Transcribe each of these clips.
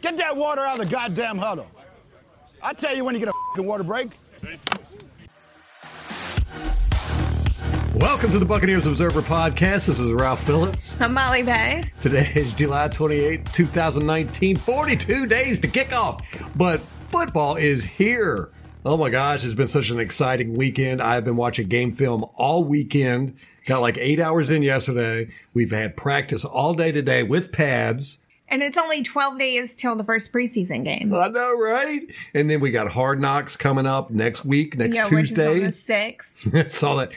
Get that water out of the goddamn huddle. I tell you when you get a fucking water break. Welcome to the Buccaneers Observer Podcast. This is Ralph Phillips. I'm Molly Bay. Today is July twenty eighth, 2019. 42 days to kick off, but football is here. Oh my gosh, it's been such an exciting weekend. I've been watching game film all weekend. Got like eight hours in yesterday. We've had practice all day today with pads. And it's only 12 days till the first preseason game. I know, right? And then we got Hard Knocks coming up next week, next yeah, Tuesday. which is on the 6th. saw that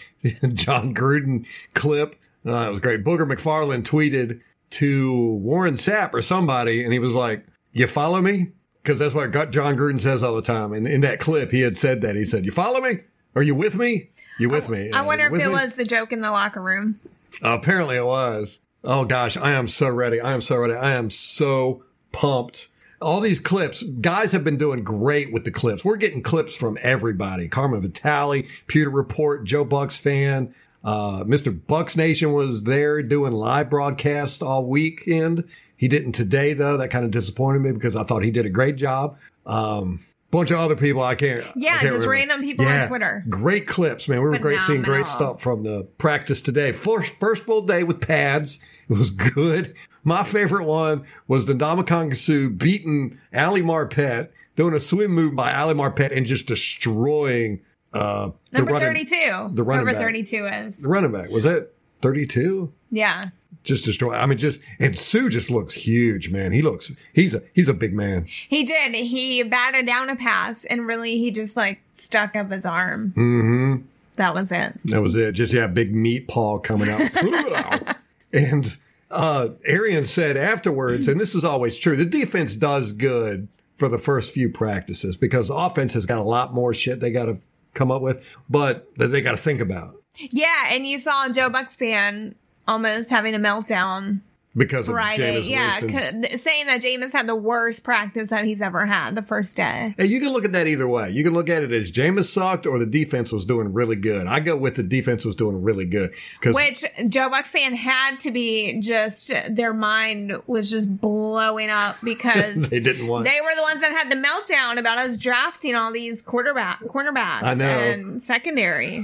John Gruden clip. Uh, it was great. Booger McFarland tweeted to Warren Sapp or somebody, and he was like, "You follow me?" Because that's what Gut- John Gruden says all the time. And in that clip, he had said that he said, "You follow me? Are you with me? You with me?" I wonder Uh, if with it me? was the joke in the locker room. Apparently, it was. Oh gosh, I am so ready. I am so ready. I am so pumped. All these clips, guys have been doing great with the clips. We're getting clips from everybody. Carmen Vitale, Pewter Report, Joe Bucks fan, uh, Mr. Bucks Nation was there doing live broadcasts all weekend. He didn't today though. That kind of disappointed me because I thought he did a great job. Um, bunch of other people I can't. I Yeah, can't just remember. random people on Twitter. Great clips, man. We were great seeing great Phenomenal. stuff from the practice today. First, first full day with pads. It was good. My favorite one was the Ndamukong Su beating Ali Marpet, doing a swim move by Ali Marpet and just destroying uh, the Number running, 32. the running Number back. 32 is. The running back. Was that 32? Yeah. Just destroy. I mean, just and Sue just looks huge, man. He looks. He's a he's a big man. He did. He batted down a pass and really he just like stuck up his arm. Mm-hmm. That was it. That was it. Just yeah, big meat paw coming out. Prove it out. And uh Arian said afterwards, and this is always true, the defense does good for the first few practices because offense has got a lot more shit they gotta come up with, but that they gotta think about Yeah. And you saw Joe Buck's fan almost having a meltdown because of Friday. Jameis yeah. Winston's- c- saying that Jameis had the worst practice that he's ever had the first day. Hey, you can look at that either way. You can look at it as Jameis sucked or the defense was doing really good. I go with the defense was doing really good because Which Joe Bucks fan had to be just their mind was just blowing up because they didn't want. they were the ones that had the meltdown about us drafting all these quarterback cornerbacks I know. and secondary.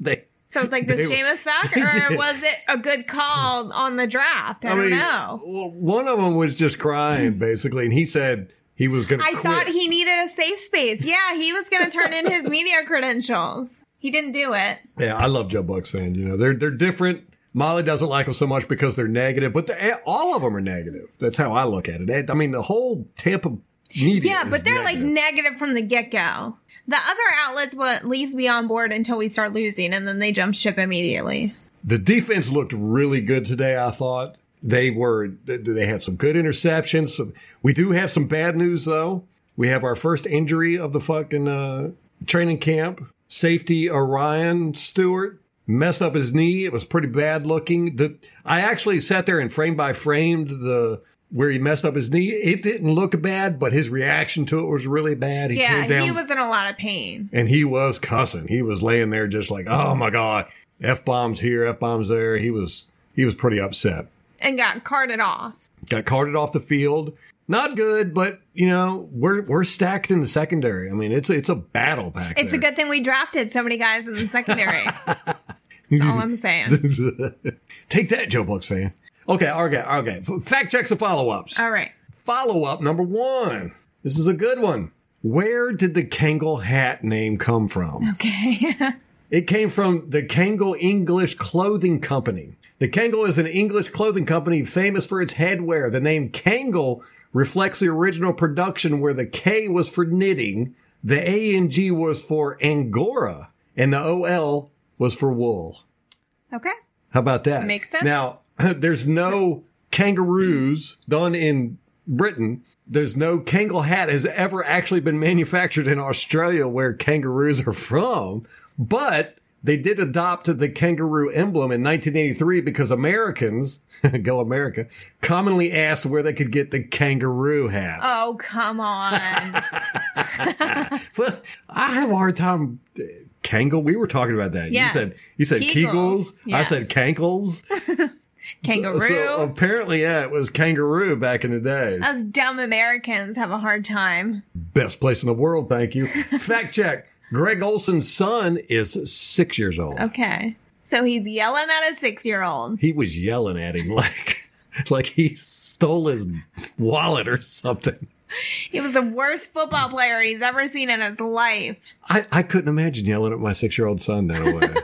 they So it's like, does They- Jameis suck did. or was it a good call on the draft? I, don't know. w- One of them was just crying, basically, and he said he was going to. I thought he needed a safe space. Yeah, he was going to turn in his media credentials. He didn't do it. Yeah, I love Joe Buck's fan. You know, they're they're different. Molly doesn't like them so much because they're negative, but they all of them are negative. That's how I look at it. And, I mean, the whole Tampa media. Yeah, but is they're like negative. negative from the get go. The other outlets will at least be on board until we start losing, and then they jump ship immediately. the defense looked really good today. I thought they were. th- They had some good interceptions. Some, we do have some bad news though. We have our first injury of the fucking uh, training camp. Safety Orion Stewart messed up his knee. It was pretty bad looking. The I actually sat there and frame by framed the where he messed up his knee. It didn't look bad, but his reaction to it was really bad. He yeah, came down he was in a lot of pain. and he was cussing. He was laying there just like, oh my god, f bombs here, f bombs there. He was he was pretty upset. and got carted off. Got carted off the field. Not good, but you know we're we're stacked in the secondary. I mean, it's it's a battle back It's a good thing we drafted so many guys in the secondary. That's all I'm saying. good. Take that, Joe Bucks fan. Okay, okay, okay. F- Fact checks and follow ups. All right. Follow up number one. This is a good one. Where did the Kangle hat name come from? Okay. It came from the Kangle English Clothing Company. The Kangle is an English clothing company famous for its headwear. The name Kangle reflects the original production where the K was for knitting, the A and G was for Angora, and the OL was for wool. okay. How about that? Makes sense. Now, there's no kangaroos done in Britain. There's no Kangle hat has ever actually been manufactured in Australia where kangaroos are from, but they did adopt the kangaroo emblem in 1983 because Americans, go America, commonly asked where they could get the kangaroo hat. Oh, come on. Oh. Well, I have a hard time. Kangle, we were talking about that. You Yeah. said you said Kegels. Kegels, I yes. said Kankles. Kangaroo. So um, apparently, yeah, it was kangaroo back in the day. Us dumb Americans have a hard time. Best place in the world, thank you. Fact check. Greg Olson's son is six years old. Okay. So he's yelling at a six year old. He was yelling at him like like he stole his wallet or something. He was the worst football player he's ever seen in his life. I, I couldn't imagine yelling at my six year old son that way.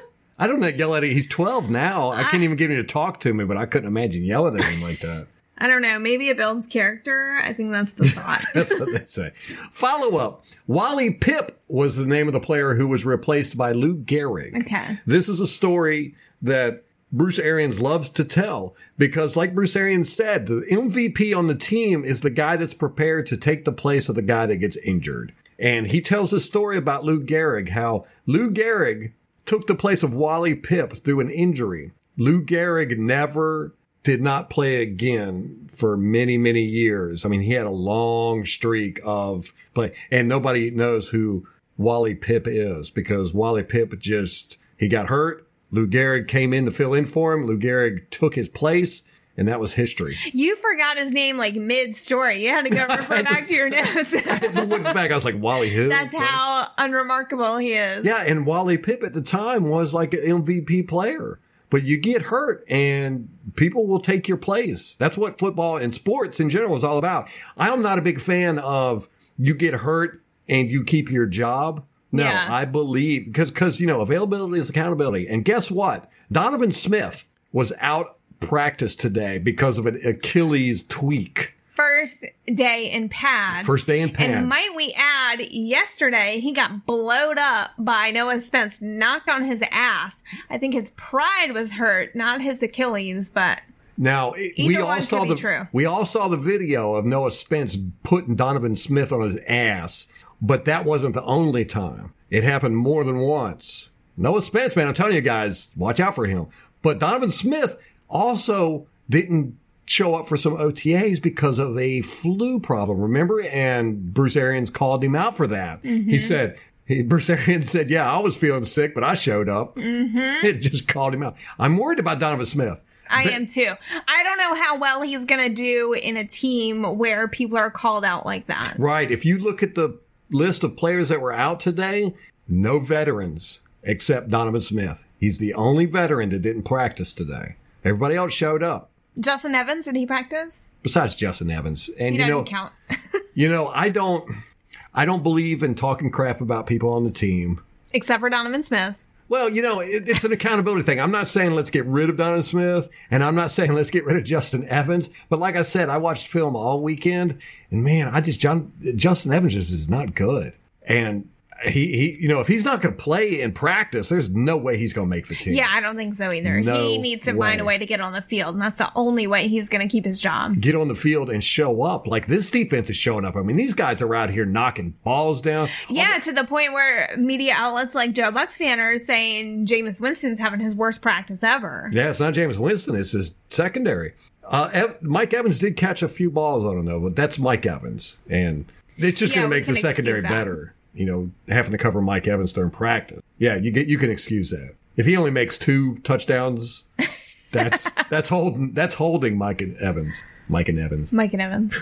I don't know, yell at him. He's 12 now. I can't even get him to talk to me, but I couldn't imagine yelling at him like that. I don't know. Maybe it builds character. I think that's the thought. That's what they say. Follow up Wally Pip was the name of the player who was replaced by Lou Gehrig. okay. This is a story that Bruce Arians loves to tell because, like Bruce Arians said, the MVP on the team is the guy that's prepared to take the place of the guy that gets injured. And he tells a story about Lou Gehrig, how Lou Gehrig took the place of Wally Pip through an injury. Lou Gehrig never did not play again for many, many years. I mean, he had a long streak of play, and nobody knows who Wally Pip is because Wally Pip just he got hurt. Lou Gehrig came in to fill in for him. Lou Gehrig took his place, and that was history. You forgot his name like mid story. You had to go refer back to your notes. I looked back, I was like, Wally who? That's how unremarkable he is. Yeah, and Wally Pip at the time was like an MVP player. But you get hurt and people will take your place. That's what football and sports in general is all about. I'm not a big fan of you get hurt and you keep your job. No, Yeah. I believe because because you know availability is accountability. And guess what? Donovan Smith was out practice today because of an Achilles tweak. First day in pads. First day in pads. And might we add, yesterday he got blowed up by Noah Spence, knocked on his ass. I think his pride was hurt, not his Achilles, but Now it- Either we one all could saw be the true. we all saw the video of Noah Spence putting Donovan Smith on his ass, but that wasn't the only time. It happened more than once. Noah Spence, man, I'm telling you guys, watch out for him. But Donovan Smith also didn't show up for some OTAs because of a flu problem. Remember? And Bruce Arians called him out for that. Mm-hmm. He said. He, Bruce Arians said, "Yeah, I was feeling sick, but I showed up. Mm-hmm. It just called him out. I'm worried about Donovan Smith. I am too. I don't know how well he's going to do in a team where people are called out like that. Right. If you look at the list of players that were out today, no veterans except Donovan Smith. He's the only veteran that didn't practice today. Everybody else showed up Justin Evans, did he practice? besides Justin Evans. And He you doesn't know, count. you know, I don't, I don't believe in talking crap about people on the team. Except for Donovan Smith. Well, you know, it, it's an accountability thing. I'm not saying let's get rid of Donovan Smith, and I'm not saying let's get rid of Justin Evans. But like I said, I watched film all weekend, and man, I just John, Justin Evans just is not good. And he, he, you know, if he's not going to play in practice, there's no way he's going to make the team. Yeah, I don't think so either. No he needs to find a way. way to get on the field, and that's the only way he's going to keep his job. Get on the field and show up. Like this defense is showing up. I mean, these guys are out here knocking balls down. Yeah, to the point where media outlets like Joe Buck's fan are saying Jameis Winston's having his worst practice ever. Yeah, it's not James Winston. It's his secondary. Uh, Ev- Mike Evans did catch a few balls on him though, but that's Mike Evans, and it's just Yeah, going to we make the can excuse secondary that. better. You know, having to cover Mike Evans during practice. Yeah, you get you can excuse that if he only makes two touchdowns. That's that's holding that's holding Mike and Evans. Mike and Evans. Mike and Evans.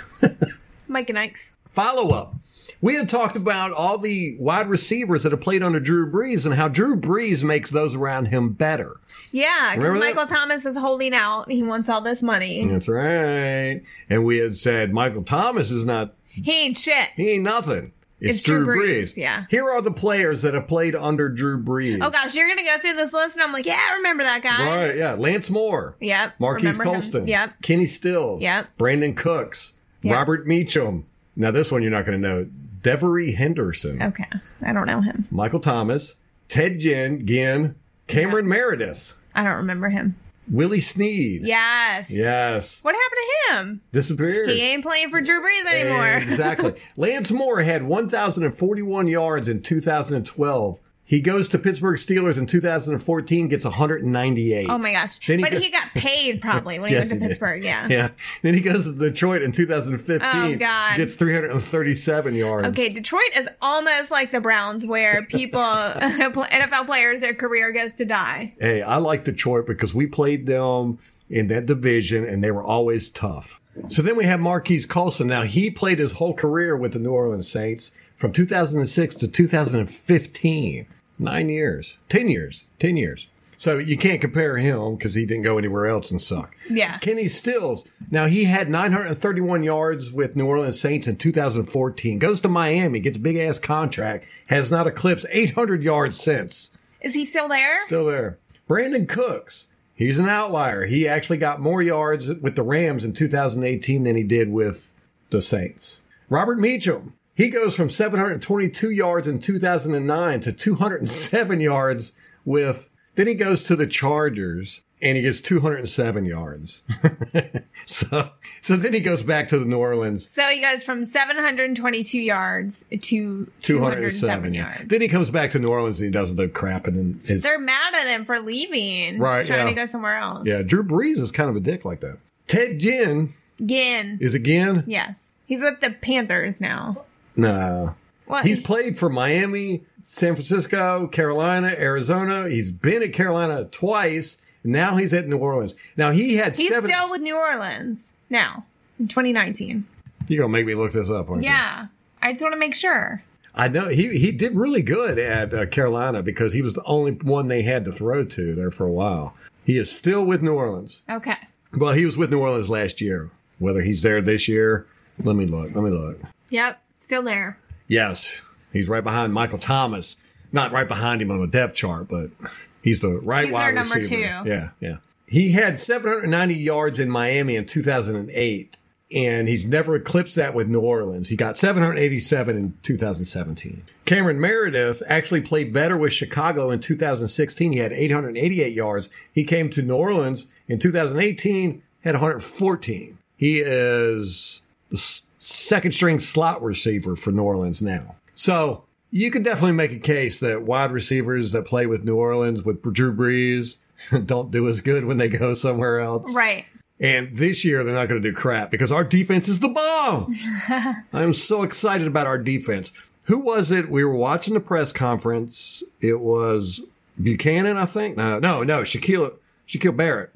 Mike and Ike's. Follow up. We had talked about all the wide receivers that have played under Drew Brees and how Drew Brees makes those around him better. Yeah, because Remember that? Michael Thomas is holding out. He wants all this money. That's right. And we had said Michael Thomas is not, He ain't shit. he ain't nothing. It's, It's Drew, Drew Brees. Brees, yeah. Here are the players that have played under Drew Brees. Oh gosh, you're gonna go through this list, and I'm like, yeah, I remember that guy. Right, yeah. Lance Moore. Yep, Marquise remember him. Colston. Yep. Kenny Stills. Yep. Brandon Cooks. Yep. Robert Meacham. Now, this one you're not going to know. Devery Henderson. Okay, I don't know him. Michael Thomas. Ted Ginn. Ginn. Cameron Meredith. I don't remember him. Willie Sneed. Yes. Yes. What happened to him? Disappeared. He ain't playing for Drew Brees anymore. Exactly. Lance Moore had 1,041 yards in 2012. He goes to Pittsburgh Steelers in 2014, gets 198. Oh my gosh! Then he but go- he got paid probably when he Yes, went he to did. Pittsburgh. Yeah. Yeah. Then he goes to Detroit in 2015. Oh, God. Gets 337 yards. Okay, Detroit is almost like the Browns, where people, NFL players, their career goes to die. Hey, I like Detroit because we played them in that division, and they were always tough. So then we have Marquise Colson. Now he played his whole career with the New Orleans Saints from 2006 to 2015. Nine years, ten years, ten years. So you can't compare him because he didn't go anywhere else and suck. Yeah. Kenny Stills. Now he had 931 yards with New Orleans Saints in 2014. Goes to Miami, gets a big ass contract, has not eclipsed 800 yards since. Is he still there? Still there. Brandon Cooks. He's an outlier. He actually got more yards with the Rams in 2018 than he did with the Saints. Robert Meacham. He goes from 722 yards in 2009 to 207 yards with. Then he goes to the Chargers and he gets 207 yards. so, so then he goes back to the New Orleans So he goes from 722 yards to 207 207 yeah. yards. Then he comes back to New Orleans and he doesn't do crap. And then his They're mad at him for leaving. Right, Trying yeah. to go somewhere else. Yeah, Drew Brees is kind of a dick like that. Ted Ginn Again. is again. Yes. He's with the Panthers now. Nah. What? He's played for Miami, San Francisco, Carolina, Arizona. He's been at Carolina twice. Now he's at New Orleans. Now he had He's seven. still with New Orleans now in 2019. You're gonna make me look this up, aren't you? Yeah. I just want to make sure. I know he he did really good at uh, Carolina because he was the only one they had to throw to there for a while. He is still with New Orleans. Okay. Well, he was with New Orleans last year. Whether he's there this year, let me look. Let me look. Yep. Still there. Yes, he's right behind Michael Thomas. Not right behind him on the depth chart, but he's the right He's wide their number receiver. two. Yeah, yeah. He had 790 yards in Miami in 2008, and he's never eclipsed that with New Orleans. He got 787 in 2017. Cameron Meredith actually played better with Chicago in 2016. He had 888 yards. He came to New Orleans in 2018, had 114. He is the s- second string slot receiver for New Orleans now. So you can definitely make a case that wide receivers that play with New Orleans with Drew Brees don't do as good when they go somewhere else. Right. And this year they're not going to do crap because our defense is the bomb. I'm so excited about our defense. Who was it? We were watching the press conference. It was Buchanan, I think. No, no, no, Shaquille Shaquille Barrett.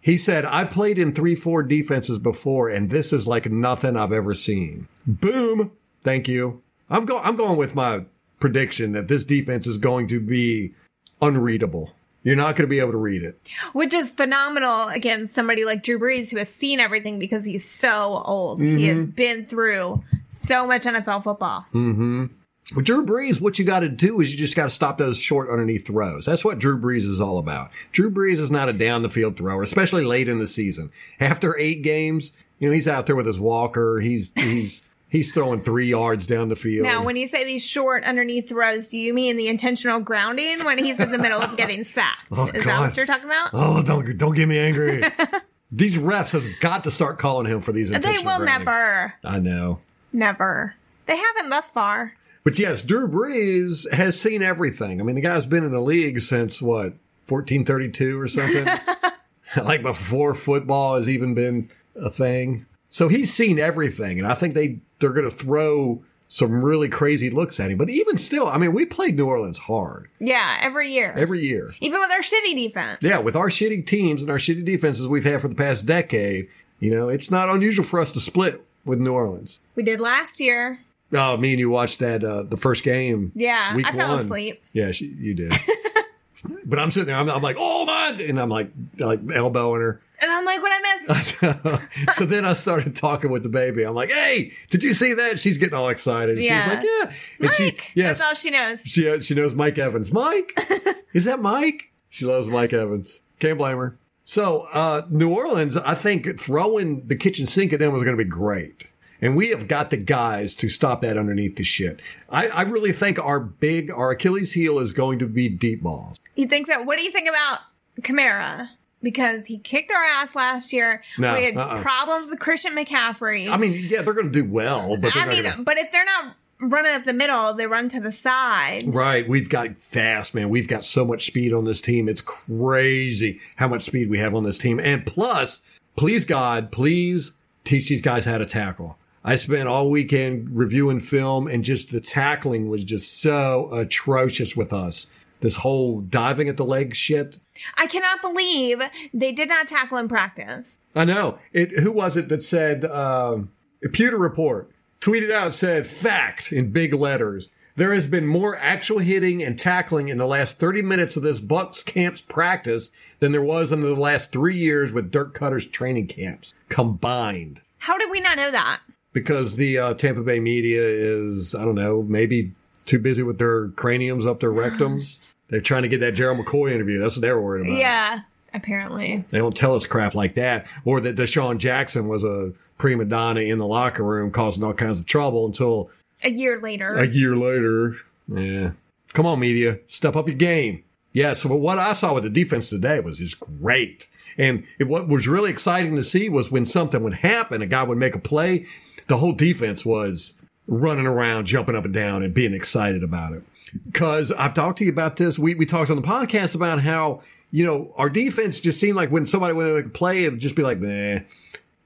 He said, "I played in three, four defenses before, and this is like nothing I've ever seen." Boom! Thank you. I'm going. I'm going with my prediction that this defense is going to be unreadable. You're not going to be able to read it. Which is phenomenal against somebody like Drew Brees who has seen everything because he's so old. He Mm-hmm. has been through so much NFL football. With Drew Brees, what you got to do is you just got to stop those short underneath throws. That's what Drew Brees is all about. Drew Brees is not a down the field thrower, especially late in the season. After eight games, you know he's out there with his walker. He's he's he's throwing three yards down the field. Now, when you say these short underneath throws, do you mean the intentional grounding when he's in the middle of getting sacked? Oh, is that God. what you're talking about? oh, don't don't get me angry. these refs have got to start calling him for these. they intentional will groundings. never, I know. never. They haven't thus far. But yes, Drew Brees has seen everything. I mean, the guy's been in the league since what, 1432 or something? like before football has even been a thing. So he's seen everything, and I think they they're going to throw some really crazy looks at him. But even still, I mean, we played New Orleans hard Yeah, every year. every year. Even with our shitty defense. Yeah, with our shitty teams and our shitty defenses we've had for the past decade, you know, it's not unusual for us to split with New Orleans. We did last year. Oh, me and you watched that uh, the first game. Yeah, week I fell one. asleep. Yeah, she, you did. but I'm sitting there. I'm, I'm like, oh my, and I'm like, like elbowing her. And I'm like, what I miss? so then I started talking with the baby. I'm like, hey, did you see that? She's getting all excited. Yeah. She's like, yeah. And Mike. she, yes, That's all she knows. she she knows Mike Evans. Mike, is that Mike? She loves Mike Evans. Can't blame her. So uh, New Orleans, I think throwing the kitchen sink at them was going to be great, and we have got the guys to stop that underneath the shit. I, I really think our big our Achilles heel is going to be deep balls. You think so? What do you think about Kamara? Because he kicked our ass last year. No, we had uh-uh. problems with Christian McCaffrey. I mean, yeah, they're going to do well, but they're I not mean, gonna- but if they're not running up the middle, they run to the side. Right, we've got fast, man. We've got so much speed on this team. It's crazy how much speed we have on this team. And plus, please God, please teach these guys how to tackle. I spent all weekend reviewing film and just the tackling was just so atrocious with us. this whole diving at the leg shit. I cannot believe they did not tackle in practice. I know. It, who was it that said, um, Pewter Report tweeted out, said, fact in big letters. There has been more actual hitting and tackling in the last 30 minutes of this Bucks camp's practice than there was in the last three years with Dirk Cutter's training camps combined. How did we not know that? Because the uh, Tampa Bay media is, I don't know, maybe too busy with their craniums up their rectums. They're trying to get that Gerald McCoy interview. That's what they're worried about. Yeah, apparently. They don't tell us crap like that. Or that Deshaun Jackson was a prima donna in the locker room causing all kinds of trouble until A year later. a year later. Yeah. Come on, media. Step up your game. Yeah, so what I saw with the defense today was just great. And it, what was really exciting to see was when something would happen, a guy would make a play, the whole defense was running around, jumping up and down, and being excited about it. Because I've talked to you about this. We, we talked on the podcast about how, you know, our defense just seemed like when somebody would make a play, it would just be like, nah,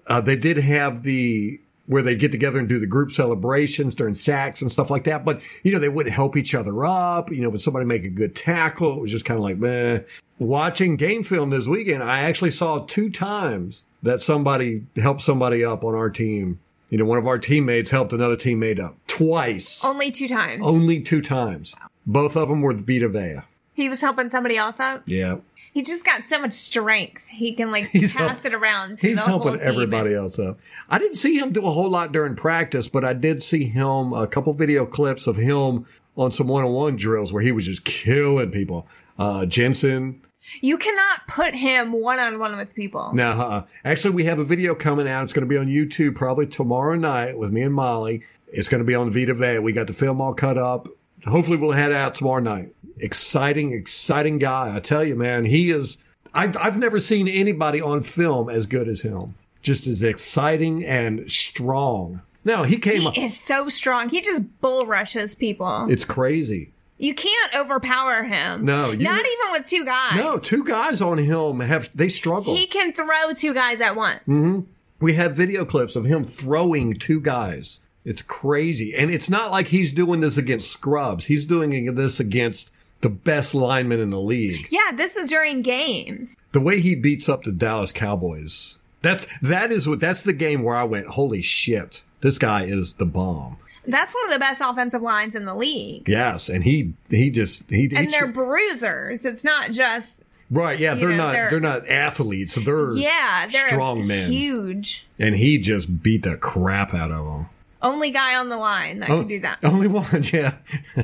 uh, they did have the where they get together and do the group celebrations during sacks and stuff like that. But you know, they wouldn't help each other up. You know, when somebody make a good tackle, it was just kind of like meh. Watching game film this weekend, I actually saw two times that somebody helped somebody up on our team. You know, one of our teammates helped another teammate up twice, Only two times. only two times. Both of them were Vita Vea. He was helping somebody else out. Yeah, He just got so much strength. He can like He's pass help- it around. To He's the helping whole team. everybody else up. I didn't see him do a whole lot during practice, but I did see him a couple video clips of him on some one-on-one drills where he was just killing people. Uh, Jensen. You cannot put him one on one with people. Now, uh, actually, we have a video coming out. It's going to be on YouTube probably tomorrow night with me and Molly. It's going to be on Vita Vet. We got the film all cut up. Hopefully, we'll head out tomorrow night. Exciting, exciting guy. I tell you, man, he is. I've, I've never seen anybody on film as good as him. Just as exciting and strong. Now, he came He is so strong. He just bull rushes people. It's crazy. You can't overpower him. No, you- not even with two guys. No, two guys on him have, they struggle. He can throw two guys at once. Mm-hmm. We have video clips of him throwing two guys. It's crazy. And it's not like he's doing this against scrubs. He's doing this against the best lineman in the league. Yeah, this is during games. The way he beats up the Dallas Cowboys. That's that is what that's the game where I went, holy shit, this guy is the bomb. That's one of the best offensive lines in the league. Yes, and he he just he, he And they're bruisers. It's not just right, yeah, you they're know, not they're, they're- not athletes. They're yeah, they're strong men. huge. And he just beat the crap out of them. Only guy on the line that Oh, can do that. Only one, yeah. Uh,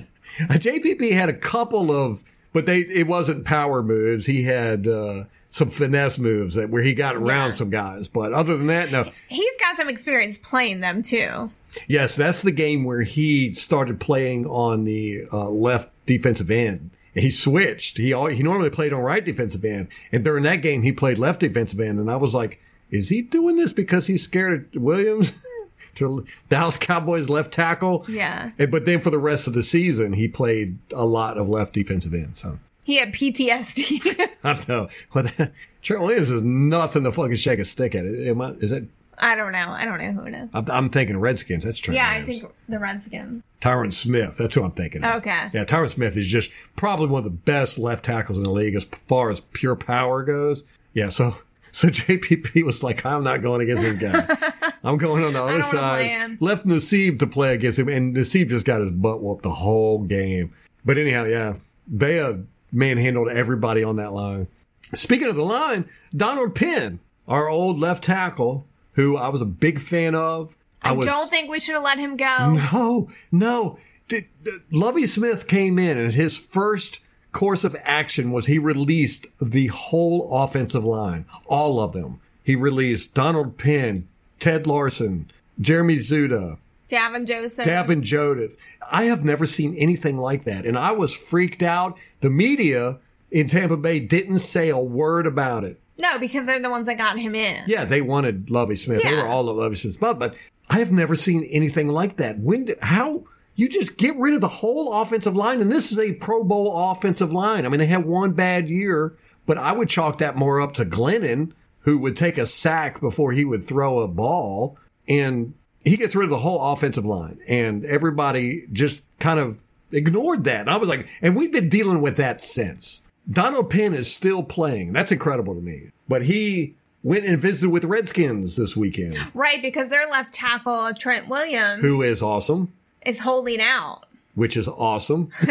JPP had a couple of, but they it wasn't power moves. He had uh, some finesse moves that where he got around Yeah. some guys. But other than that, no. He's got some experience playing them too. Yes, that's the game where he started playing on the uh, left defensive end. He switched. He al- he normally played on right defensive end, and during that game he played left defensive end. And I was like, is he doing this because he's scared of Williams, to Dallas Cowboys left tackle? Yeah. And, but then for the rest of the season, he played a lot of left defensive end. So He had PTSD. I don't know. But Trent Williams is nothing to fucking shake a stick at. Am I, is that? I don't know. I don't know who it is. I'm, I'm thinking Redskins. That's Trent. Yeah, I Williams. think the Redskins. Tyron Smith. That's who I'm thinking. Of. Okay. Yeah, Tyron Smith is just probably one of the best left tackles in the league as far as pure power goes. Yeah. So so JPP was like, I'm not going against this guy. I'm going on the other don't wanna play side. him. Left Nasib to play against him, and Nasib just got his butt whooped the whole game. But anyhow, yeah, Bea manhandled everybody on that line. Speaking of the line, Donald Penn, our old left tackle, who I was a big fan of. I, was, don't think we should have let him go. no, no. D- d- Lovey Smith came in, and his first course of action was he released the whole offensive line, all of them. He released Donald Penn, Ted Larson, Jeremy Zuda, Davin Joseph. Davin Jodith. I have never seen anything like that, and I was freaked out. The media in Tampa Bay didn't say a word about it. No, because they're the ones that got him in. Yeah, they wanted Lovey Smith. They Yeah. were all of Lovey Smith's but but I have never seen anything like that. When did, how you just get rid of the whole offensive line and this is a Pro Bowl offensive line. I mean, they had one bad year, but I would chalk that more up to Glennon who would take a sack before he would throw a ball and he gets rid of the whole offensive line and everybody just kind of ignored that. And I was like, and we've been dealing with that since. Donald Penn is still playing. That's incredible to me. But he went and visited with the Redskins this weekend, Right, because their left tackle, Trent Williams, who is awesome, is holding out. which is awesome.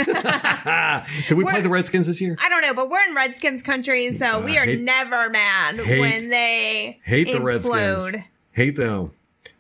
Did we play the Redskins this year? I don't know, but we're in Redskins country, so we are hate- never mad hate- when they Hate the implode. Redskins. Hate them.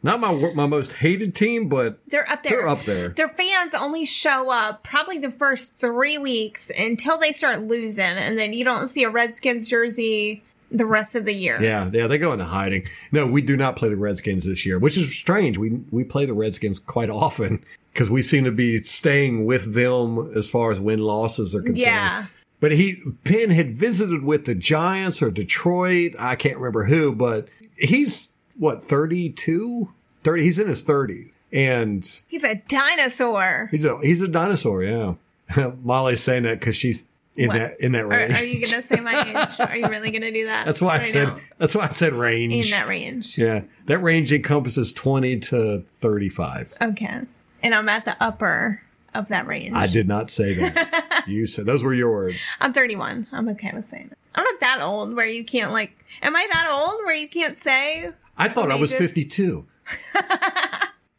Not my wor- my most hated team, but They're up there. They're up there. Their fans only show up probably the first three weeks until they start losing, and then you don't see a Redskins jersey the rest of the year. yeah, yeah, they go into hiding. No, we do not play the Redskins this year, which is strange. We we play the Redskins quite often because we seem to be staying with them as far as win losses are concerned. Yeah. But he Penn had visited with the Giants or Detroit, I can't remember who, but he's what 32? 30 he's in his 30s and He's a dinosaur. he's a he's a dinosaur, yeah. Molly's saying that cuz she's in What? that in that Are, range. are you going to say my age? Are you really going to do that? that's why I right said now? that's why I said range. in that range. yeah. That range encompasses 20 to 35. Okay. And I'm at the upper of that range. I did not say that. you said those were your words. I'm 31. I'm okay with saying it. I'm not that old where you can't like. Am I that old where you can't say? I thought I was Outrageous. 52.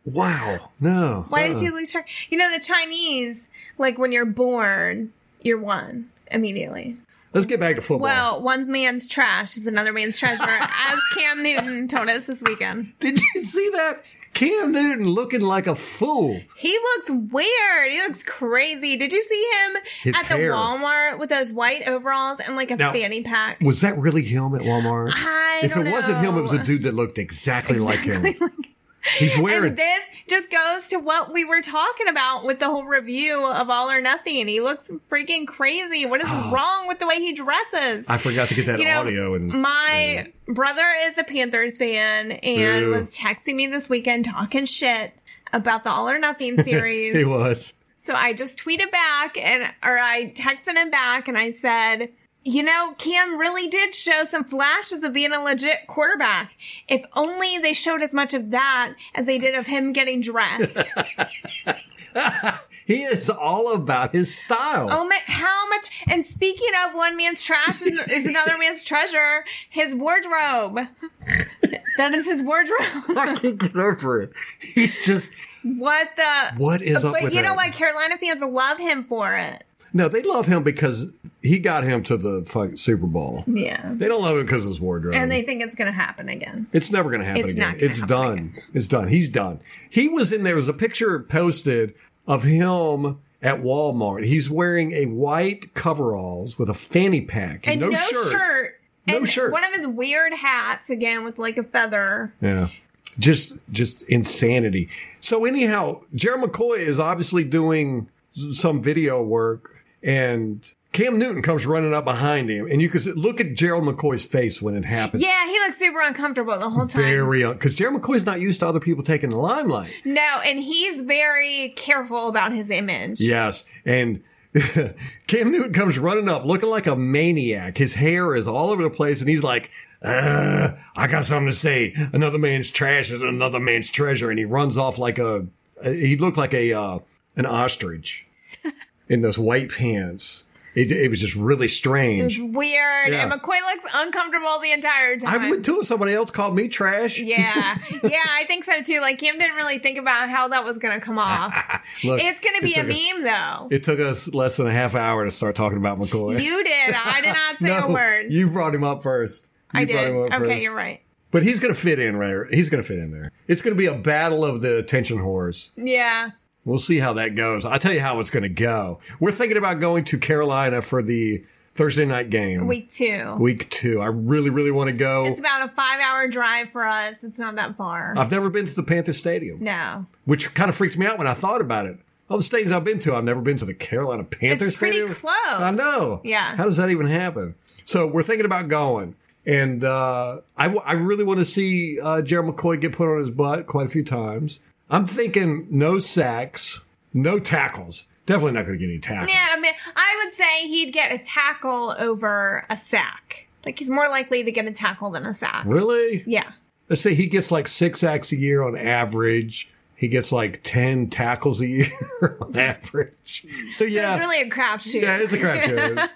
wow. No. Why did uh-uh. you lose track? You know, the Chinese, like when you're born, you're one immediately. Let's get back to football. Well, one man's trash is another man's treasure, as Cam Newton told us this weekend. Did you see that? Cam Newton looking like a fool. He looks weird. He looks crazy. Did you see him His at the hair. Walmart with those white overalls and like a Now- fanny pack? Was that really him at Walmart? I if don't it wasn't him, it was a know. dude that looked exactly, like Exactly him. He's wearing And this just goes to what we were talking about with the whole review of All or Nothing. He looks freaking crazy. What is wrong with the way he dresses? Ah. I forgot to get that You know, audio and My brother is a Panthers fan and Boo. was texting me this weekend talking shit about the All or Nothing series. he was. So I just tweeted back and or I texted him back and I said, "You know, Cam really did show some flashes of being a legit quarterback. If only they showed as much of that as they did of him getting dressed. He is all about his style. oh my, how much and speaking of one man's trash is is another man's treasure, his wardrobe. that is his wardrobe. I can't get over it. He's just what the what is up But with you know that? what? Carolina fans love him for it. No, they love him because he got him to the fucking Super Bowl. Yeah. They don't love him because of his wardrobe. And they think it's going to happen again. It's never going to happen It's again. not gonna It's happen done. again. It's done. He's done. He was in there. was a picture posted of him at Walmart. He's wearing a white coveralls with a fanny pack and no, shirt. No and shirt. One of his weird hats again with like a feather. Yeah. Just just insanity. So anyhow, Jared McCoy is obviously doing some video work and Cam Newton comes running up behind him and you could s- look at Gerald McCoy's face when it happens. Yeah, he looks super uncomfortable the whole time. Very because Jared McCoy's not used to other people taking the limelight. No, and he's very careful about his image. Yes. And Cam Newton comes running up looking like a maniac. His hair is all over the place and he's like, "Uh, I got something to say. Another man's trash is another man's treasure. And he runs off like a, he looked like a, uh, an ostrich in those white pants. It, it was just really It was strange. weird. Yeah. And McCoy looks uncomfortable the entire time. I would too if somebody else called me trash. yeah. yeah, I think so too. Like Cam didn't really think about how that was gonna come off. Look, it's gonna be it a took us- meme though. It took us less than a half hour to start talking about McCoy. you did. I did not say a word. You brought him up first. You I brought did. him up Okay, first. you're right. But he's going to fit in, right? He's going to fit in there. It's going to be a battle of the attention whores. Yeah. We'll see how that goes. I'll tell you how it's going to go. We're thinking about going to Carolina for the Thursday night game, Week two. week two. I really, really want to go. it's about a five hour drive for us. It's not that far. I've never been to the Panther Stadium, no. which kind of freaked me out when I thought about it. All the stadiums I've been to, I've never been to the Carolina Panther It's pretty Stadium. close. I know. Yeah. How does that even happen? So we're thinking about going. And uh, I, w- I really want to see uh, Jared McCoy get put on his butt quite a few times. I'm thinking no sacks, no tackles. Definitely not going to get any tackles. Yeah, I mean, I would say he'd get a tackle over a sack. Like he's more likely to get a tackle than a sack. Really? Yeah. Let's say he gets like six sacks a year on average. He gets like 10 tackles a year on average. So, yeah. It's really a crapshoot. yeah, it's a crapshoot.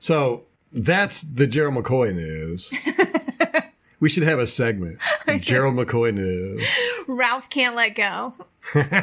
so, that's the Gerald McCoy news. we should have a segment. Gerald McCoy news. Ralph can't let go.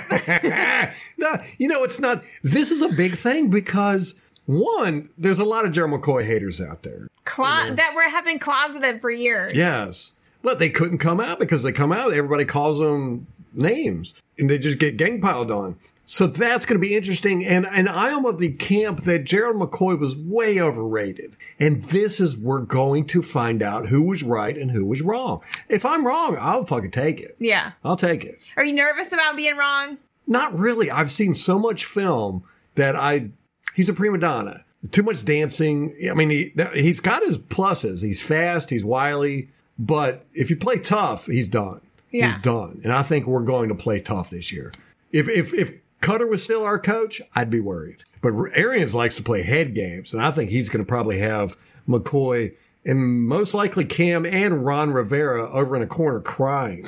Ah, no, you know, it's not. This is a big thing because, one, there's a lot of Gerald McCoy haters out there. Clo- That we're having closeted for years. Yes. But they couldn't come out because they come out, everybody calls them names and they just get gang piled on. So that's going to be interesting. And, and I am of the camp that Gerald McCoy was way overrated. And this is, we're going to find out who was right and who was wrong. If I'm wrong, I'll fucking take it. Yeah. I'll take it. Are you nervous about being wrong? Not really. I've seen so much film that I, he's a prima donna. Too much dancing. I mean, he, he's got his pluses. He's fast, he's wily, but if you play tough, he's done. Yeah. He's done. And I think we're going to play tough this year. If, if, if Cutter was still our coach, I'd be worried. But Arians likes to play head games, and I think he's going to probably have McCoy and most likely Cam and Ron Rivera over in a corner crying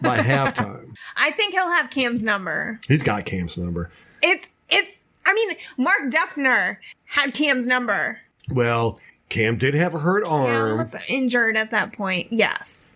by halftime. I think he'll have Cam's number. He's got Cam's number. It's it's. I mean, Mark Duffner had Cam's number. Well, Cam did have a hurt Cam arm. was injured at that point. Yes.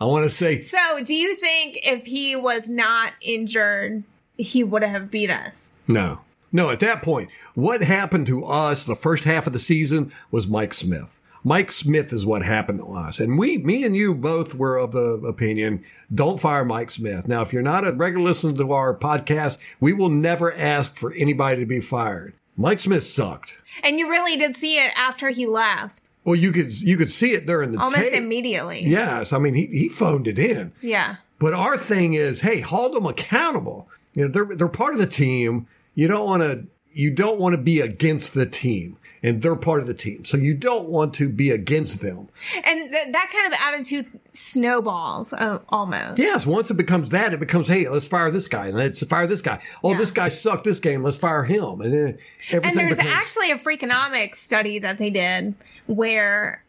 I want to say So, do you think if he was not injured, he would have beat us? no. No, at that point, what happened to us the first half of the season was Mike Smith. Mike Smith is what happened to us. And we, me and you both were of the opinion, don't fire Mike Smith. Now, if you're not a regular listener to our podcast, we will never ask for anybody to be fired. Mike Smith sucked. And you really did see it after he left, Well, you could, you could see it during the almost tape. immediately. Yes. I mean, he, he phoned it in. Yeah. But our thing is, hey, hold them accountable. You know, they're they're part of the team. You don't want to you don't want to be against the team, and they're part of the team. So you don't want to be against them. And th- that kind of attitude snowballs uh, almost. Yes, once it becomes that, it becomes hey, let's fire this guy, and let's fire this guy. Oh, Yeah. this guy sucked this game. Let's fire him, and then everything And there's becomes. actually a Freakonomics study that they did where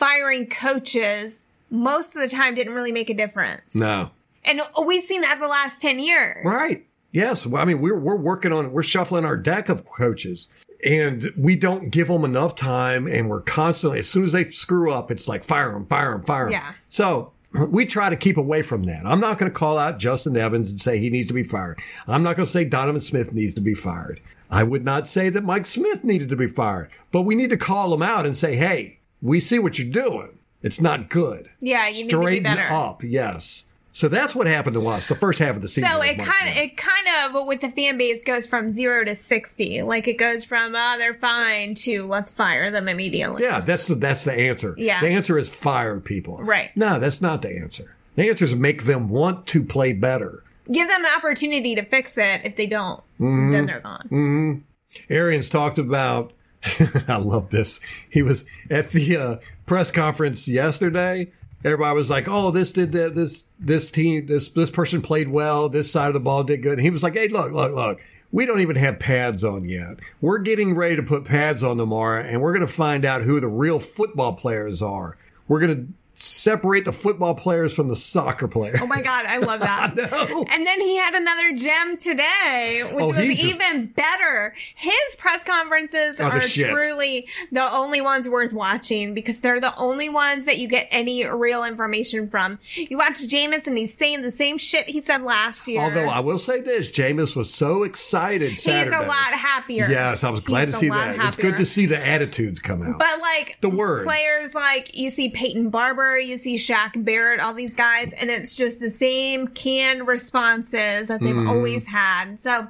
firing coaches most of the time didn't really make a difference. no, And we've seen that the last 10 years. Right. Yes. Well, I mean, we're we're working on we're shuffling our deck of coaches, and we don't give them enough time, and we're constantly as soon as they screw up, it's like fire them, fire them, fire them. Yeah. So we try to keep away from that. I'm not going to call out Justin Evans and say he needs to be fired. I'm not going to say Donovan Smith needs to be fired. I would not say that Mike Smith needed to be fired, but we need to call him out and say, hey, we see what you're doing. It's not good. Yeah, you need to be Straighten better. up. Yes. So that's what happened to us the first half of the season. So was it Mike kind Smith. of, it kind of with the fan base goes from zero to 60. Like it goes from, oh, they're fine to let's fire them immediately. Yeah, that's the that's the answer. Yeah. The answer is fire people. Right. No, that's not the answer. The answer is make them want to play better. Give them the opportunity to fix it. If they don't, Mm-hmm. then they're gone. Arians talked about I love this. He was at the uh, press conference yesterday. Everybody was like, "Oh, this did that. This this team this this person played well. This side of the ball did good." And he was like, "Hey, look, look, look. We don't even have pads on yet. We're getting ready to put pads on tomorrow, and we're going to find out who the real football players are. We're going to separate the football players from the soccer players." Oh my God, I love that. no. And then he had another gem today, which Oh, was he's just- even better. His press conferences Oh, the are shit. truly the only ones worth watching because they're the only ones that you get any real information from. You watch Jameis and he's saying the same shit he said last year. Although I will say this, Jameis was so excited he's Saturday. a lot happier. Yes, I was glad He's to a see lot that. It's good happier. to see the attitudes come out. But like The words. players like you see Peyton Barber, you see Shaq Barrett, all these guys, and it's just the same canned responses that Mm-hmm. they've always had. So,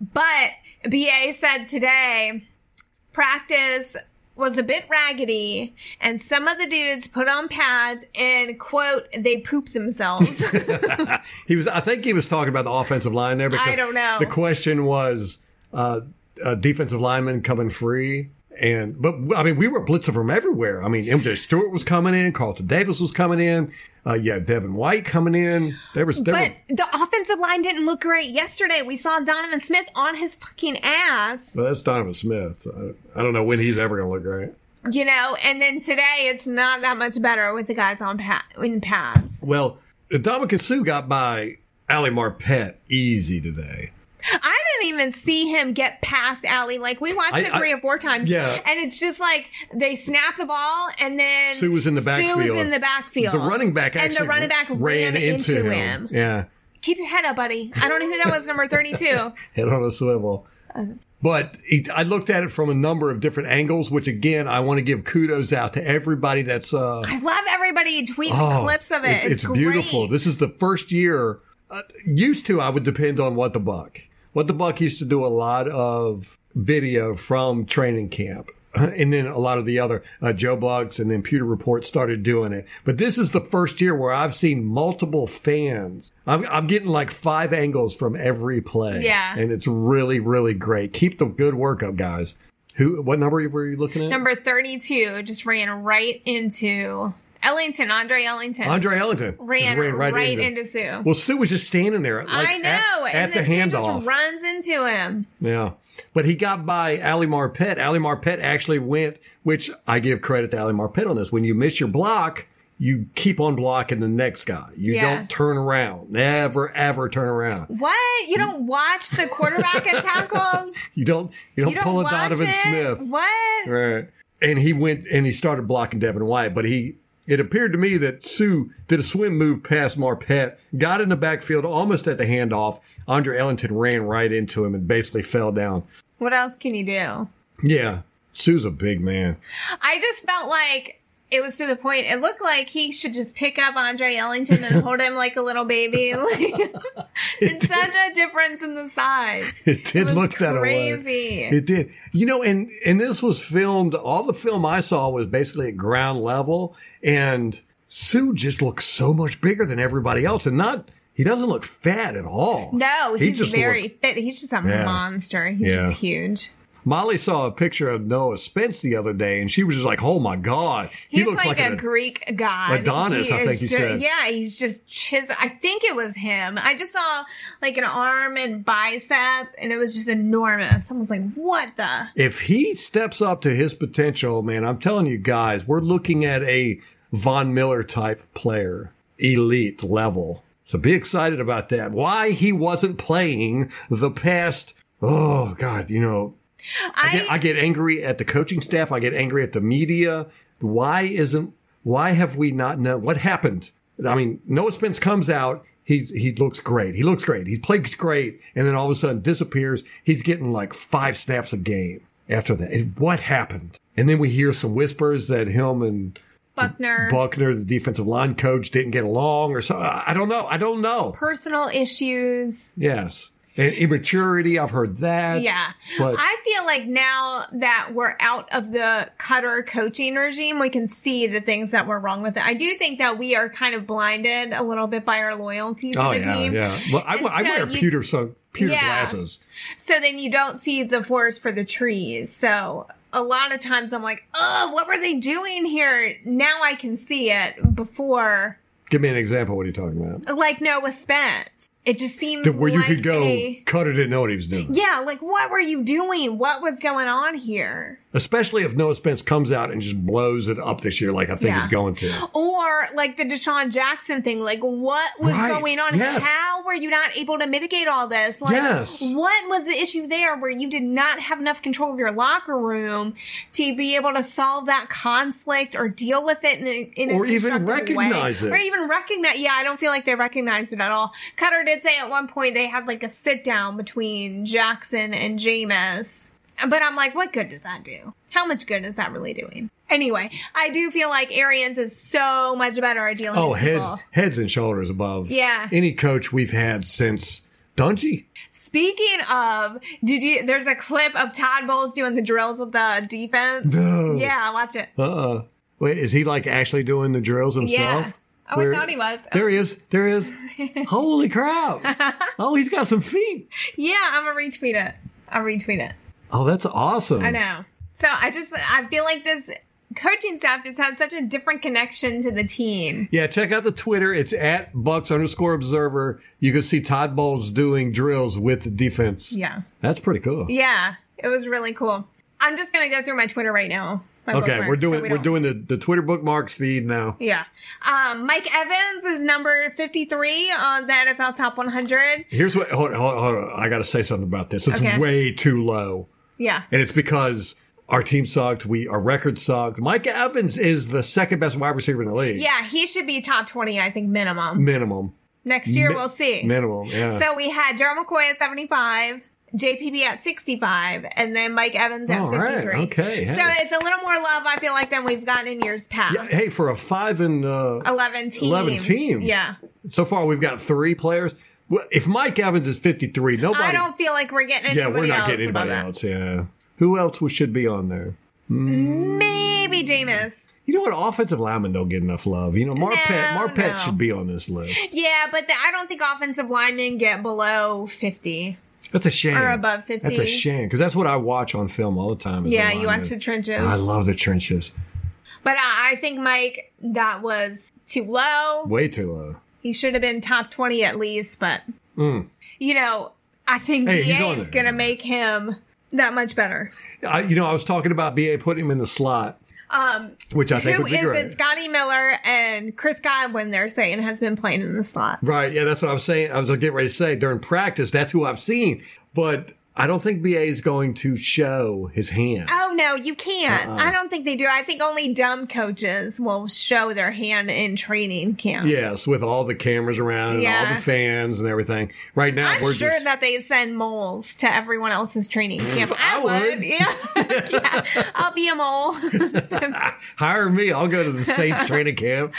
but BA said today, practice was a bit raggedy, and some of the dudes put on pads and quote they poop themselves. he was, I think, he was talking about the offensive line there. Because I don't know. The question was, uh, uh, defensive lineman coming free, and but I mean, we were blitzing from everywhere. I mean, MJ Stewart was coming in, Carlton Davis was coming in, uh, yeah, Devin White coming in. There was, there but the offensive line didn't look great yesterday. We saw Donovan Smith on his fucking ass. were, well, that's Donovan Smith. So I, I don't know when he's ever going to look great. you know, and then today it's not that much better with the guys on pa- in pads. Well, Dominican Sue got by Ali Marpet easy today. I didn't even see him get past Allie. Like we watched I- it three I- or four times. yeah. And it's just like they snap the ball and then Sue was in the backfield. Sue was in the backfield. The running back and actually the running back ran, into, him. Yeah, Keep your head up, buddy. I don't know who that was, number thirty-two. head on a swivel. But he, I looked at it from a number of different angles, which again, I want to give kudos out to everybody that's uh, I love everybody tweeting Oh, clips of it. it's- It's, great. beautiful. This is the first year. Uh, used to, I would depend on what the buck. What the buck used to do a lot of video from training camp. And then a lot of the other uh, Joe Bucks and then Pewter Report started doing it. But this is the first year where I've seen multiple fans. I'm, I'm getting like five angles from every play. Yeah. And it's really, really great. Keep the good work up, guys. Who? What number were you looking at? number thirty-two just ran right into Ellington, Andre Ellington. Andre Ellington. Just ran, right, into- into, Sue. Well, Stu was just standing there. Like, I know. At, at and the the, dude handoff. just runs into him. yeah. But he got by Ali Marpet. Ali Marpet actually went, which I give credit to Ali Marpet on this. When you miss your block, you keep on blocking the next guy. You Yeah. don't turn around. Never, ever turn around. What? You don't watch the quarterback get tackled? You don't, you don't, You don't pull a watch Donovan it? Smith. What? Right. And he went and he started blocking Devin White, but he it appeared to me that Sue did a swim move past Marpet, got in the backfield almost at the handoff. Andre Ellington ran right into him and basically fell down. What else can you do? Yeah. Sue's a big man. I just felt like it was to the point. It looked like he should just pick up Andre Ellington and hold him like a little baby. Like, it's such a difference in the size. It did was look that way. crazy. It did. You know, and and this was filmed all the film I saw was basically at ground level and Sue just looks so much bigger than everybody else and not he doesn't look fat at all. No, He he's just very looked- fit. He's just a Yeah. monster. He's Yeah. just huge. Molly saw a picture of Noah Spence the other day, and she was just like, "Oh my god, He's he looks like, like, a an- Greek god. Adonis, I is think you ju- said. Yeah, he's just chiseled. I think it was him. I just saw like an arm and bicep, and it was just enormous. I was like, what the? If he steps up to his potential, man, I'm telling you guys, we're looking at a Von Miller type player, elite level. So be excited about that. Why he wasn't playing the past? Oh god, you know, I get, I get angry at the coaching staff. I get angry at the media. Why isn't? Why have we not known what happened? I mean, Noah Spence comes out. He he looks great. He looks great. He plays great, and then all of a sudden disappears. He's getting like five snaps a game after that. And What happened? And then we hear some whispers that him and Buckner. Buckner, the defensive line coach, didn't get along, or so. I I don't know. I don't know. personal issues. Yes, and immaturity. I've heard that. Yeah. but- I feel like now that we're out of the cutter coaching regime, we can see the things that were wrong with it. I do think that we are kind of blinded a little bit by our loyalty to Oh the yeah, team. yeah. Well, I, And I so wear you- pewter so pewter Yeah. glasses. So then you don't see the forest for the trees. So a lot of times I'm like, oh, what were they doing here? Now I can see it before, Give me an example. What are you talking about? like Noah Spence. It just seems To where you like could go, a- Cutter didn't know what he was doing. yeah, like what were you doing? What was going on here? Especially if Noah Spence comes out and just blows it up this year, like I think Yeah. Oh, he's going to. Or like the Deshaun Jackson thing, like what was Right. going on? Yes. How were you not able to mitigate all this? Like Yes. what was the issue there where you did not have enough control of your locker room to be able to solve that conflict or deal with it in, a- in a Or even constructive way? recognize it. Or even recognize yeah, I don't feel like they recognized it at all. Cutter did say at one point they had like a sit down between Jackson and Jameis. But I'm like, what good does that do? How much good is that really doing? Anyway, I do feel like Arians is so much better at dealing Oh, with heads, people. heads and shoulders above. Yeah. Any coach we've had since Dungy. Speaking of, did you? There's a clip of Todd Bowles doing the drills with the defense. No. Yeah, watch it. Uh. uh Wait, is he like actually doing the drills himself? Yeah. Oh, I thought he was. There he is. There he is. Holy crap! Oh, he's got some feet. Yeah, I'm gonna retweet it. I'll retweet it. Oh, that's awesome. I know. So I just I feel like this coaching staff just has such a different connection to the team. Yeah, check out the Twitter. It's at Bucks underscore Observer. You can see Todd Bowles doing drills with the defense. Yeah. That's pretty cool. Yeah, it was really cool. I'm just gonna go through my Twitter right now. My Okay, bookmarks, we're so doing we we are don't- doing the, the Twitter bookmarks feed now. Yeah. Um, Mike Evans is number 53 on the NFL Top 100. Here's what hold, hold, hold on. I got to say something about this. It's Okay. way too low, Yeah. and it's because our team sucked. We our record sucked. Mike Evans is the second best wide receiver in the league. Yeah, he should be top 20, I think, minimum. minimum, Next year, Mi- we'll see. minimum. Yeah. So we had Gerald McCoy at 75, JPB at 65, and then Mike Evans at All right, 53. okay, hey. So it's a little more love, I feel like, than we've gotten in years past. Yeah, hey, for a five and uh, 11 team. 11 team. Yeah. so far we've got three players. Well, If Mike Evans is fifty three, nobody. I don't feel like we're getting anybody yeah, we're not else getting above anybody that. else. Yeah, who else we should be on there? Maybe Jameis. You know what? Offensive linemen don't get enough love. You know, Marpet No, Marpet no. should be on this list. Yeah, but the, I don't think offensive linemen get below 50. That's a shame. Or above 50. That's a shame because that's what I watch on film all the time. is Yeah, the you linemen. went to trenches. I love the trenches. but I, I think, Mike, that was too low. Way too uh, low. He should have been top 20 at least, but, you know, I think Mm. Hey, he's BA on is there. going to make him that much better. I, you know, I was talking about BA putting him in the slot, Um, which I think who would be is great. it? Scotty Miller and Chris Godwin, they're saying, has been playing in the slot. Right. Yeah, that's what I was saying. I was getting ready to say during practice, that's who I've seen. But I don't think BA is going to show his hand. Oh, no, you can't. Uh-uh. I don't think they do. I think only dumb coaches will show their hand in training camp. Yes, with all the cameras around and all Yeah. the fans and everything. Right now, I'm we're sure just. that they send moles to everyone else's training camp. I I, would. would. Yeah. Yeah. I'll be a mole. hire me. I'll go to the Saints training camp.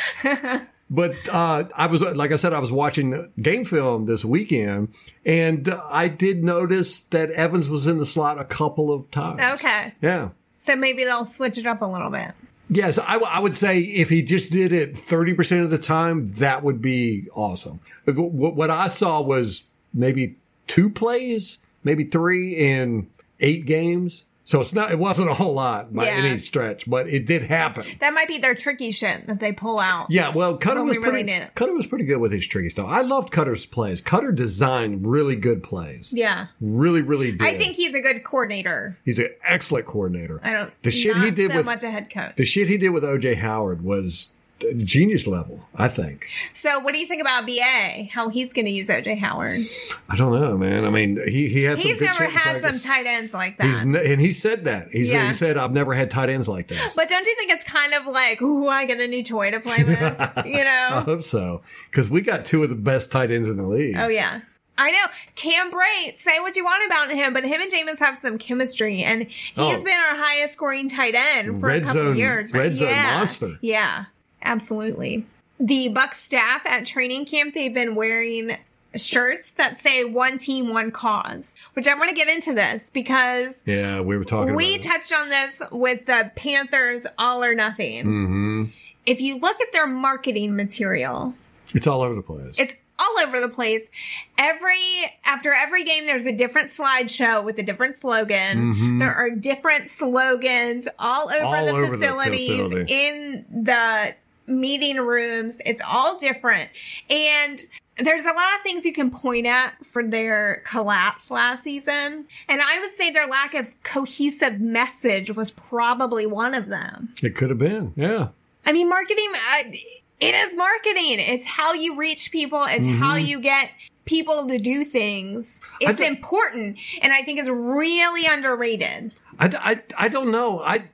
But uh, I was, like I said, I was watching game film this weekend, and I did notice that Evans was in the slot a couple of times. okay. Yeah. So maybe they'll switch it up a little bit. Yes, I, w- I would say if he just did it 30% of the time, that would be awesome. If- What, what I saw was maybe two plays, maybe three in eight games. So it's not, it wasn't a whole lot by Yeah. any stretch, but it did happen. That might be their tricky shit that they pull out. Yeah, well, Cutter Well, was we really pretty. didn't. Cutter was pretty good with his tricky stuff. I loved Cutter's plays. Cutter designed really good plays. Yeah. Really, really did. I think he's a good coordinator. he's an excellent coordinator. I don't. The shit he not did so with much a head coach. the shit he did with OJ Howard was genius level. I think. so, what do you think about BA? How he's going to use OJ Howard? I don't know, man. I mean, he he had some He's good never shit in had some practice. tight ends like that. He's ne- and he said that. He said Yeah. he said I've never had tight ends like that. but don't you think it's kind of like, ooh, I get a new toy to play with? you know? I hope so because we got two of the best tight ends in the league. Oh yeah. I know. Cam Bray, say what you want about him, but him and Jameis have some chemistry and he's Oh. been our highest scoring tight end for Red a couple zone- years. red zone yeah. monster. Yeah. Absolutely. The Buck staff at training camp, they've been wearing shirts that say one team, one cause, which I want to get into this because Yeah, we were talking. we about it. touched on this with the Panthers all or nothing. Mhm. If you look at their marketing material, It's all over the place. it's all over the place. Every after every game, there's a different slideshow with a different slogan. There are different slogans all over, Mm-hmm. All the, over the facilities, facility. in the meeting rooms. It's all different, and there's a lot of things you can point at for their collapse last season. And I would say their lack of cohesive message was probably one of them. it could have been. Yeah. I mean, marketing, uh, it is marketing. It's how you reach people, it's how you get people to do things. It's Mm-hmm. thi- important. And I think it's really underrated. I, I, I don't know. I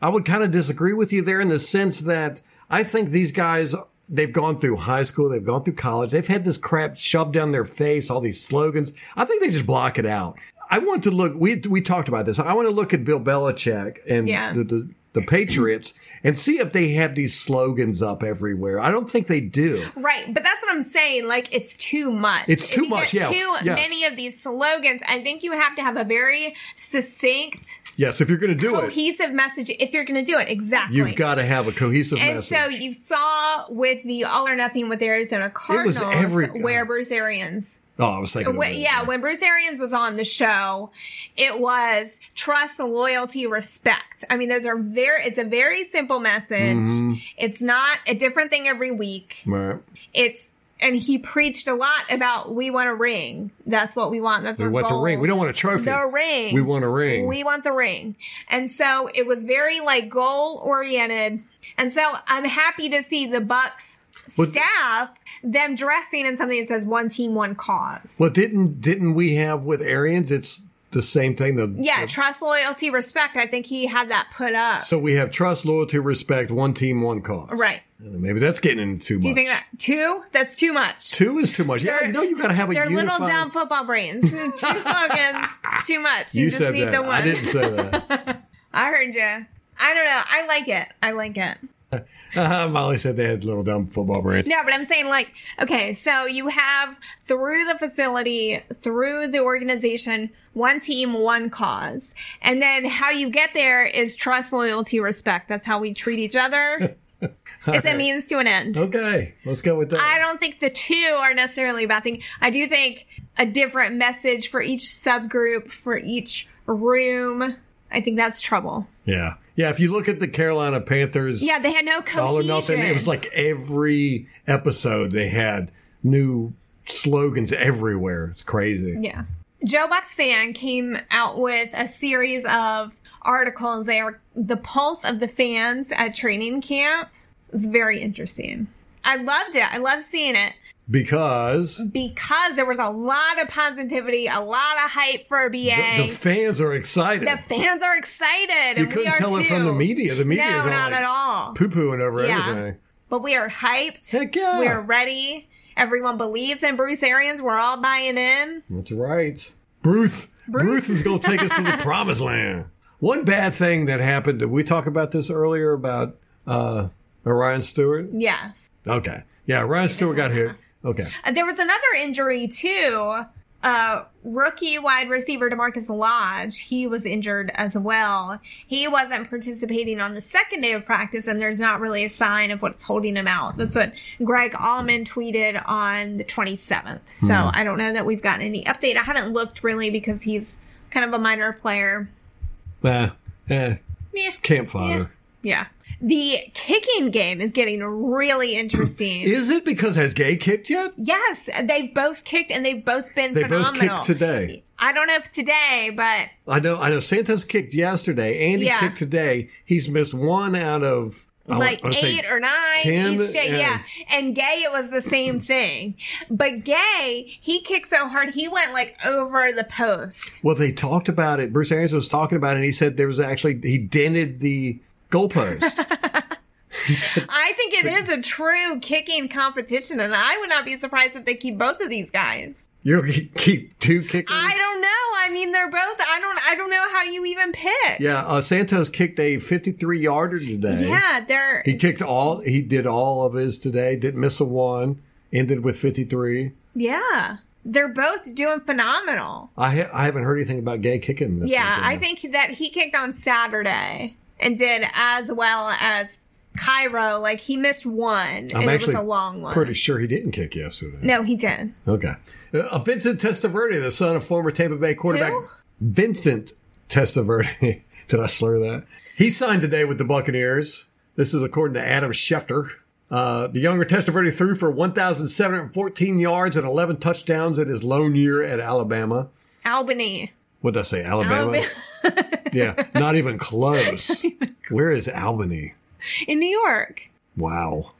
I would kind of disagree with you there in the sense that I think these guys they've gone through high school, they've gone through college, they've had this crap shoved down their face, all these slogans. I think they just block it out. I want to look. We we talked about this. I want to look at Bill Belichick and Yeah. the, the the Patriots and see if they have these slogans up everywhere. I don't think they do. Right. But that's what I'm saying. Like, it's too much. It's If too you much, yeah. Get Too Yes. many of these slogans. I think you have to have a very succinct, Yes, if you're going to do it, cohesive message if you're going to do it. Exactly. you've got to have a cohesive And message. so you saw with the all or nothing with the Arizona Cardinals every- where Bruce Arians oh, I was thinking. When- about it. yeah, when Bruce Arians was on the show, it was trust, loyalty, respect. I mean, those are very, it's a Mm-hmm. very simple message. It's not a different thing every week. Right. It's and he preached a lot about we want a ring. That's what we want. That's We our want the goal. ring. We don't want a trophy. the ring. We want a ring. We want the ring. And so it was very like goal oriented. And so I'm happy to see the Bucks But- staff them dressing in something that says one team, one cause. well, didn't didn't we have with Arians? It's the same thing. The yeah, the- trust, loyalty, respect. I think he had that put up. so we have trust, loyalty, respect. One team, one cause. right. Maybe that's getting into too much. Do you think that two? That's too much. two is too much? Yeah, They're- you know you got to have a They're unified. little dumb football brains. two slogans, too much. You, you just said need that. the one. I didn't say that. I heard you. I don't know. I like it. I like it. Uh, Molly said they had little dumb football brains. No, but I'm saying like, okay, so you have through the facility, through the organization, one team, one cause. And then how you get there is trust, loyalty, respect. That's how we treat each other. it's a means to an end. Okay, let's go with that. I don't think the two are necessarily a bad thing. I do think a different message for each subgroup, for each room. I think that's trouble. yeah, yeah. If you look at the Carolina Panthers, Yeah, they had no cohesion. all or nothing. It was like every episode they had new slogans everywhere. It's crazy. Yeah. Joe Buck's fan came out with a series of articles. They are the pulse of the fans at training camp. It's very interesting. I loved it. I loved seeing it Because because there was a lot of positivity, a lot of hype for BA. the, the The, fans are excited. fans are excited. you and we couldn't are tell too. it from the media. The media No, is not like at all. Poo pooing over Yeah. everything. But we are hyped. Heck yeah. We're ready. Everyone believes in Bruce Arians. We're all buying in. That's right. Bruce. Bruce, is going to take us to the promised land. One bad thing that happened, did we talk about this earlier about uh, Ryan Stewart? Yes. Okay. Yeah, Ryan Stewart got hit. Okay. Uh, There was another injury too. Uh, rookie wide receiver Demarcus Lodge, he was injured as well. He wasn't participating on the second day of practice, and there's not really a sign of what's holding him out. That's what Greg Allman tweeted on the 27th. So I don't know that we've gotten any update. I haven't looked really because he's kind of a minor player. Uh, eh, Yeah. campfire. Yeah. The kicking game is getting really interesting. Is it because has Gay kicked yet? Yes, they've both kicked and they've both been They both phenomenal. kicked today. I don't know if today, but I know. I know. Santos kicked yesterday. Andy Yeah. kicked today. He's missed one out of I like wanna- I wanna say- eight or nine 10, each day. yeah. Yeah. And Gay, it was the same Mm. thing. But Gay, he kicked so hard, he went like over the post. Well, they talked about it. Bruce Arians was talking about it. and He said there was actually he dented the goalpost. I think it is a true kicking competition, and I would not be surprised if they keep both of these guys. you keep two kickers. I don't know. I mean, they're both. I don't. I don't know how you even pick. Yeah, uh, Santos kicked a 53 yarder today. Yeah, they're. He kicked all, he did all of his today, didn't miss a one, ended with 53. Yeah, they're both doing phenomenal. I, ha- I haven't heard anything about gay kicking. This Yeah, I weekend. think that he kicked on Saturday and did as well as Cairo. Like he missed one, and it was a long one. pretty sure he didn't kick yesterday. no, he did. Okay. Uh, Vincent Testaverde, the son of former Tampa Bay quarterback Who? Vincent Testaverde. Did I slur that? He signed today with the Buccaneers. This is according to Adam Schefter. Uh, the younger Testaverde threw for 1,714 yards and 11 touchdowns in his lone year at Alabama. Albany. What did I say? Alabama? Albany. yeah, not even close. Where is Albany? In New York. Wow.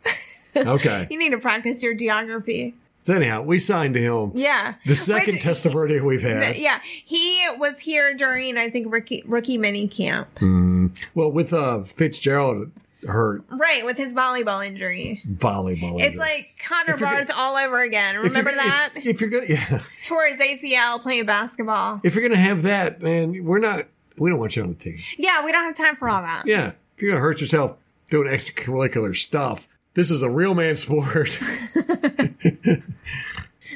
Okay. You need to practice your geography. So anyhow, we signed him. Yeah. The second Which- Testaverde we've had. Yeah, he was here during I think rookie rookie mini camp, Hmm. Well, with uh, Fitzgerald hurt right? With his volleyball injury, volleyball. it's like Connor Barth all over again. Remember that? If, if you're gonna, yeah, Tore his ACL playing basketball. if you're gonna have that, man, we're not. We don't want you on the team. Yeah, we don't have time for all that. Yeah, if you're gonna hurt yourself doing extracurricular stuff, this is a real man sport.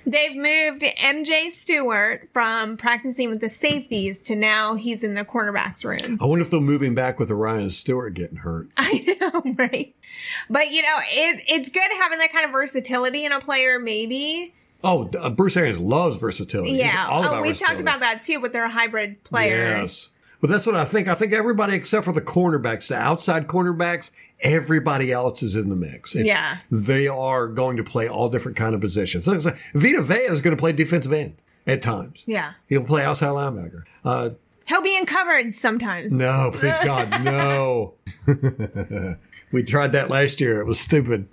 They've moved MJ Stewart from practicing with the safeties to now he's in the cornerbacks room. I wonder if they'll move him back with Orion Stewart getting hurt. I know, right? But you know, it, it's good having that kind of versatility in a player, maybe. Oh, uh, Bruce Arians loves versatility. He's Yeah. all oh, about we've talked versatility. about that too, but they're hybrid players. Yes. But that's what I think. I think everybody except for the cornerbacks, the outside cornerbacks, everybody else is in the mix. It's- Yeah. They are going to play all different kind of positions. Like I said, Vita Vea is going to play defensive end at times. Yeah. He'll play outside linebacker. Uh, He'll be in coverage sometimes. no, please God, no. we tried that last year. It was stupid.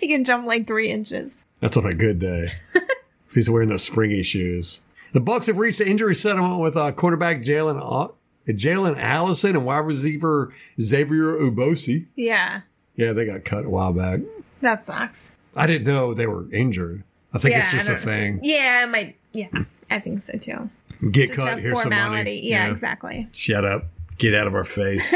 He can jump like three inches. That's on a good day. if he's wearing those springy shoes. The Bucks have reached an injury settlement with uh, quarterback Jalen Au- Jalen Allison and wide receiver Xavier Ubosi. Yeah. Yeah, they got cut a while back. That sucks. I didn't know they were injured. I think it's Yeah, I just a don't- thing. Yeah, it might. Yeah, I think so too. Get Just cut. a Here's some formality. money. Yeah, exactly. Shut up. Get out of our face.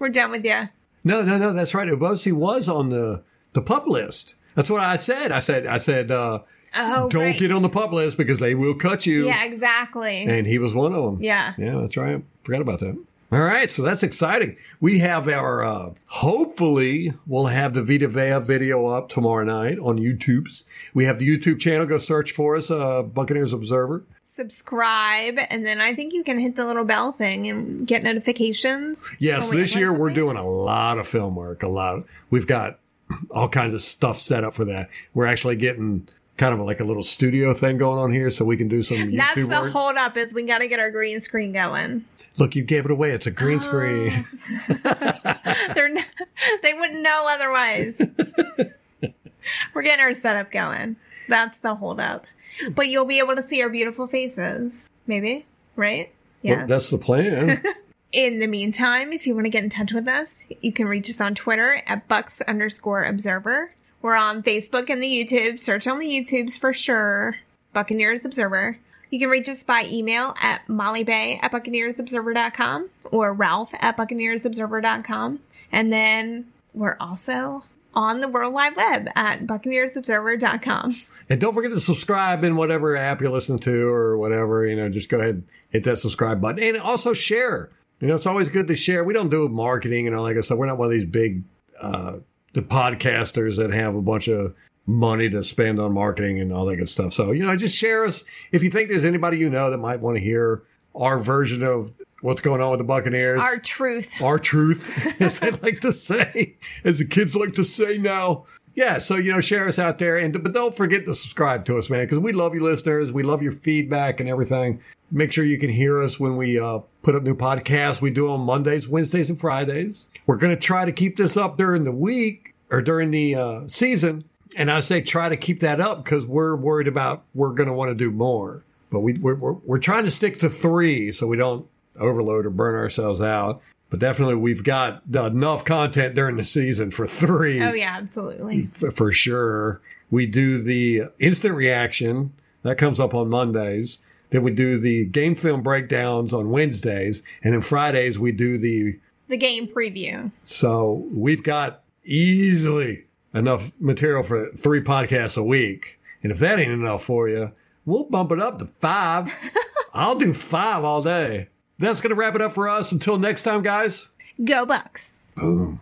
We're done with you. No, no, no. That's right. Ubosi was on the the pup list. That's what I said. I said. I said. Uh, Oh, don't right. get on the pup list because they will cut you. Yeah, exactly. And he was one of them. yeah. Yeah, that's right. Forgot about that. All right, so that's exciting. We have our uh, hopefully we'll have the Vita Vea video up tomorrow night on YouTube's. We have the YouTube channel. Go search for us, uh, Buccaneers Observer. Subscribe, and then I think you can hit the little bell thing and get notifications. Yes, Oh, wait, this what year is we're it? doing a lot of film work. A lot. We've got all kinds of stuff set up for that. We're actually getting kind of like a little studio thing going on here, so we can do some YouTube That's the work. hold up is we got to get our green screen going. Look, you gave it away. It's a green screen. Oh, They're not, they wouldn't know otherwise. We're getting our setup going. That's the hold up. But you'll be able to see our beautiful faces. Maybe, right? Yes. Well, that's the plan. In the meantime, if you want to get in touch with us, you can reach us on Twitter at bucks underscore observer. We're on Facebook and the YouTube. Search on the YouTubes for sure. Buccaneers Observer. You can reach us by email at mollybay at buccaneersobserver.com or ralph at buccaneersobserver.com. And then we're also on the World Wide Web at buccaneersobserver.com. And don't forget to subscribe in whatever app you're listening to or whatever. You know, just go ahead and hit that subscribe button and also share. You know, it's always good to share. We don't do marketing and all that good stuff. We're not one of these big uh, the podcasters that have a bunch of money to spend on marketing and all that good stuff. So, you know, just share us. If you think there's anybody you know that might want to hear our version of what's going on with the Buccaneers, Our truth. our truth, as they like to say, as the kids like to say now. Yeah, so you know, share us out there, and but don't forget to subscribe to us, man, because we love you, listeners. We love your feedback and everything. Make sure you can hear us when we uh, put up new podcasts. We do on Mondays, Wednesdays, and Fridays. We're going to try to keep this up during the week or during the uh, season, and I say try to keep that up because we're worried about we're going to want to do more. But we we're, we're we're trying to stick to three so we don't overload or burn ourselves out. But definitely, we've got enough content during the season for three Oh, yeah, absolutely. f- for sure. We do the instant reaction that comes up on Mondays. Then we do the game film breakdowns on Wednesdays, and then Fridays we do the. The game preview. So we've got easily enough material for three podcasts a week, and if that ain't enough for you, we'll bump it up to five. I'll do five all day. That's gonna wrap it up for us. Until next time, guys. Go, Bucks. Boom.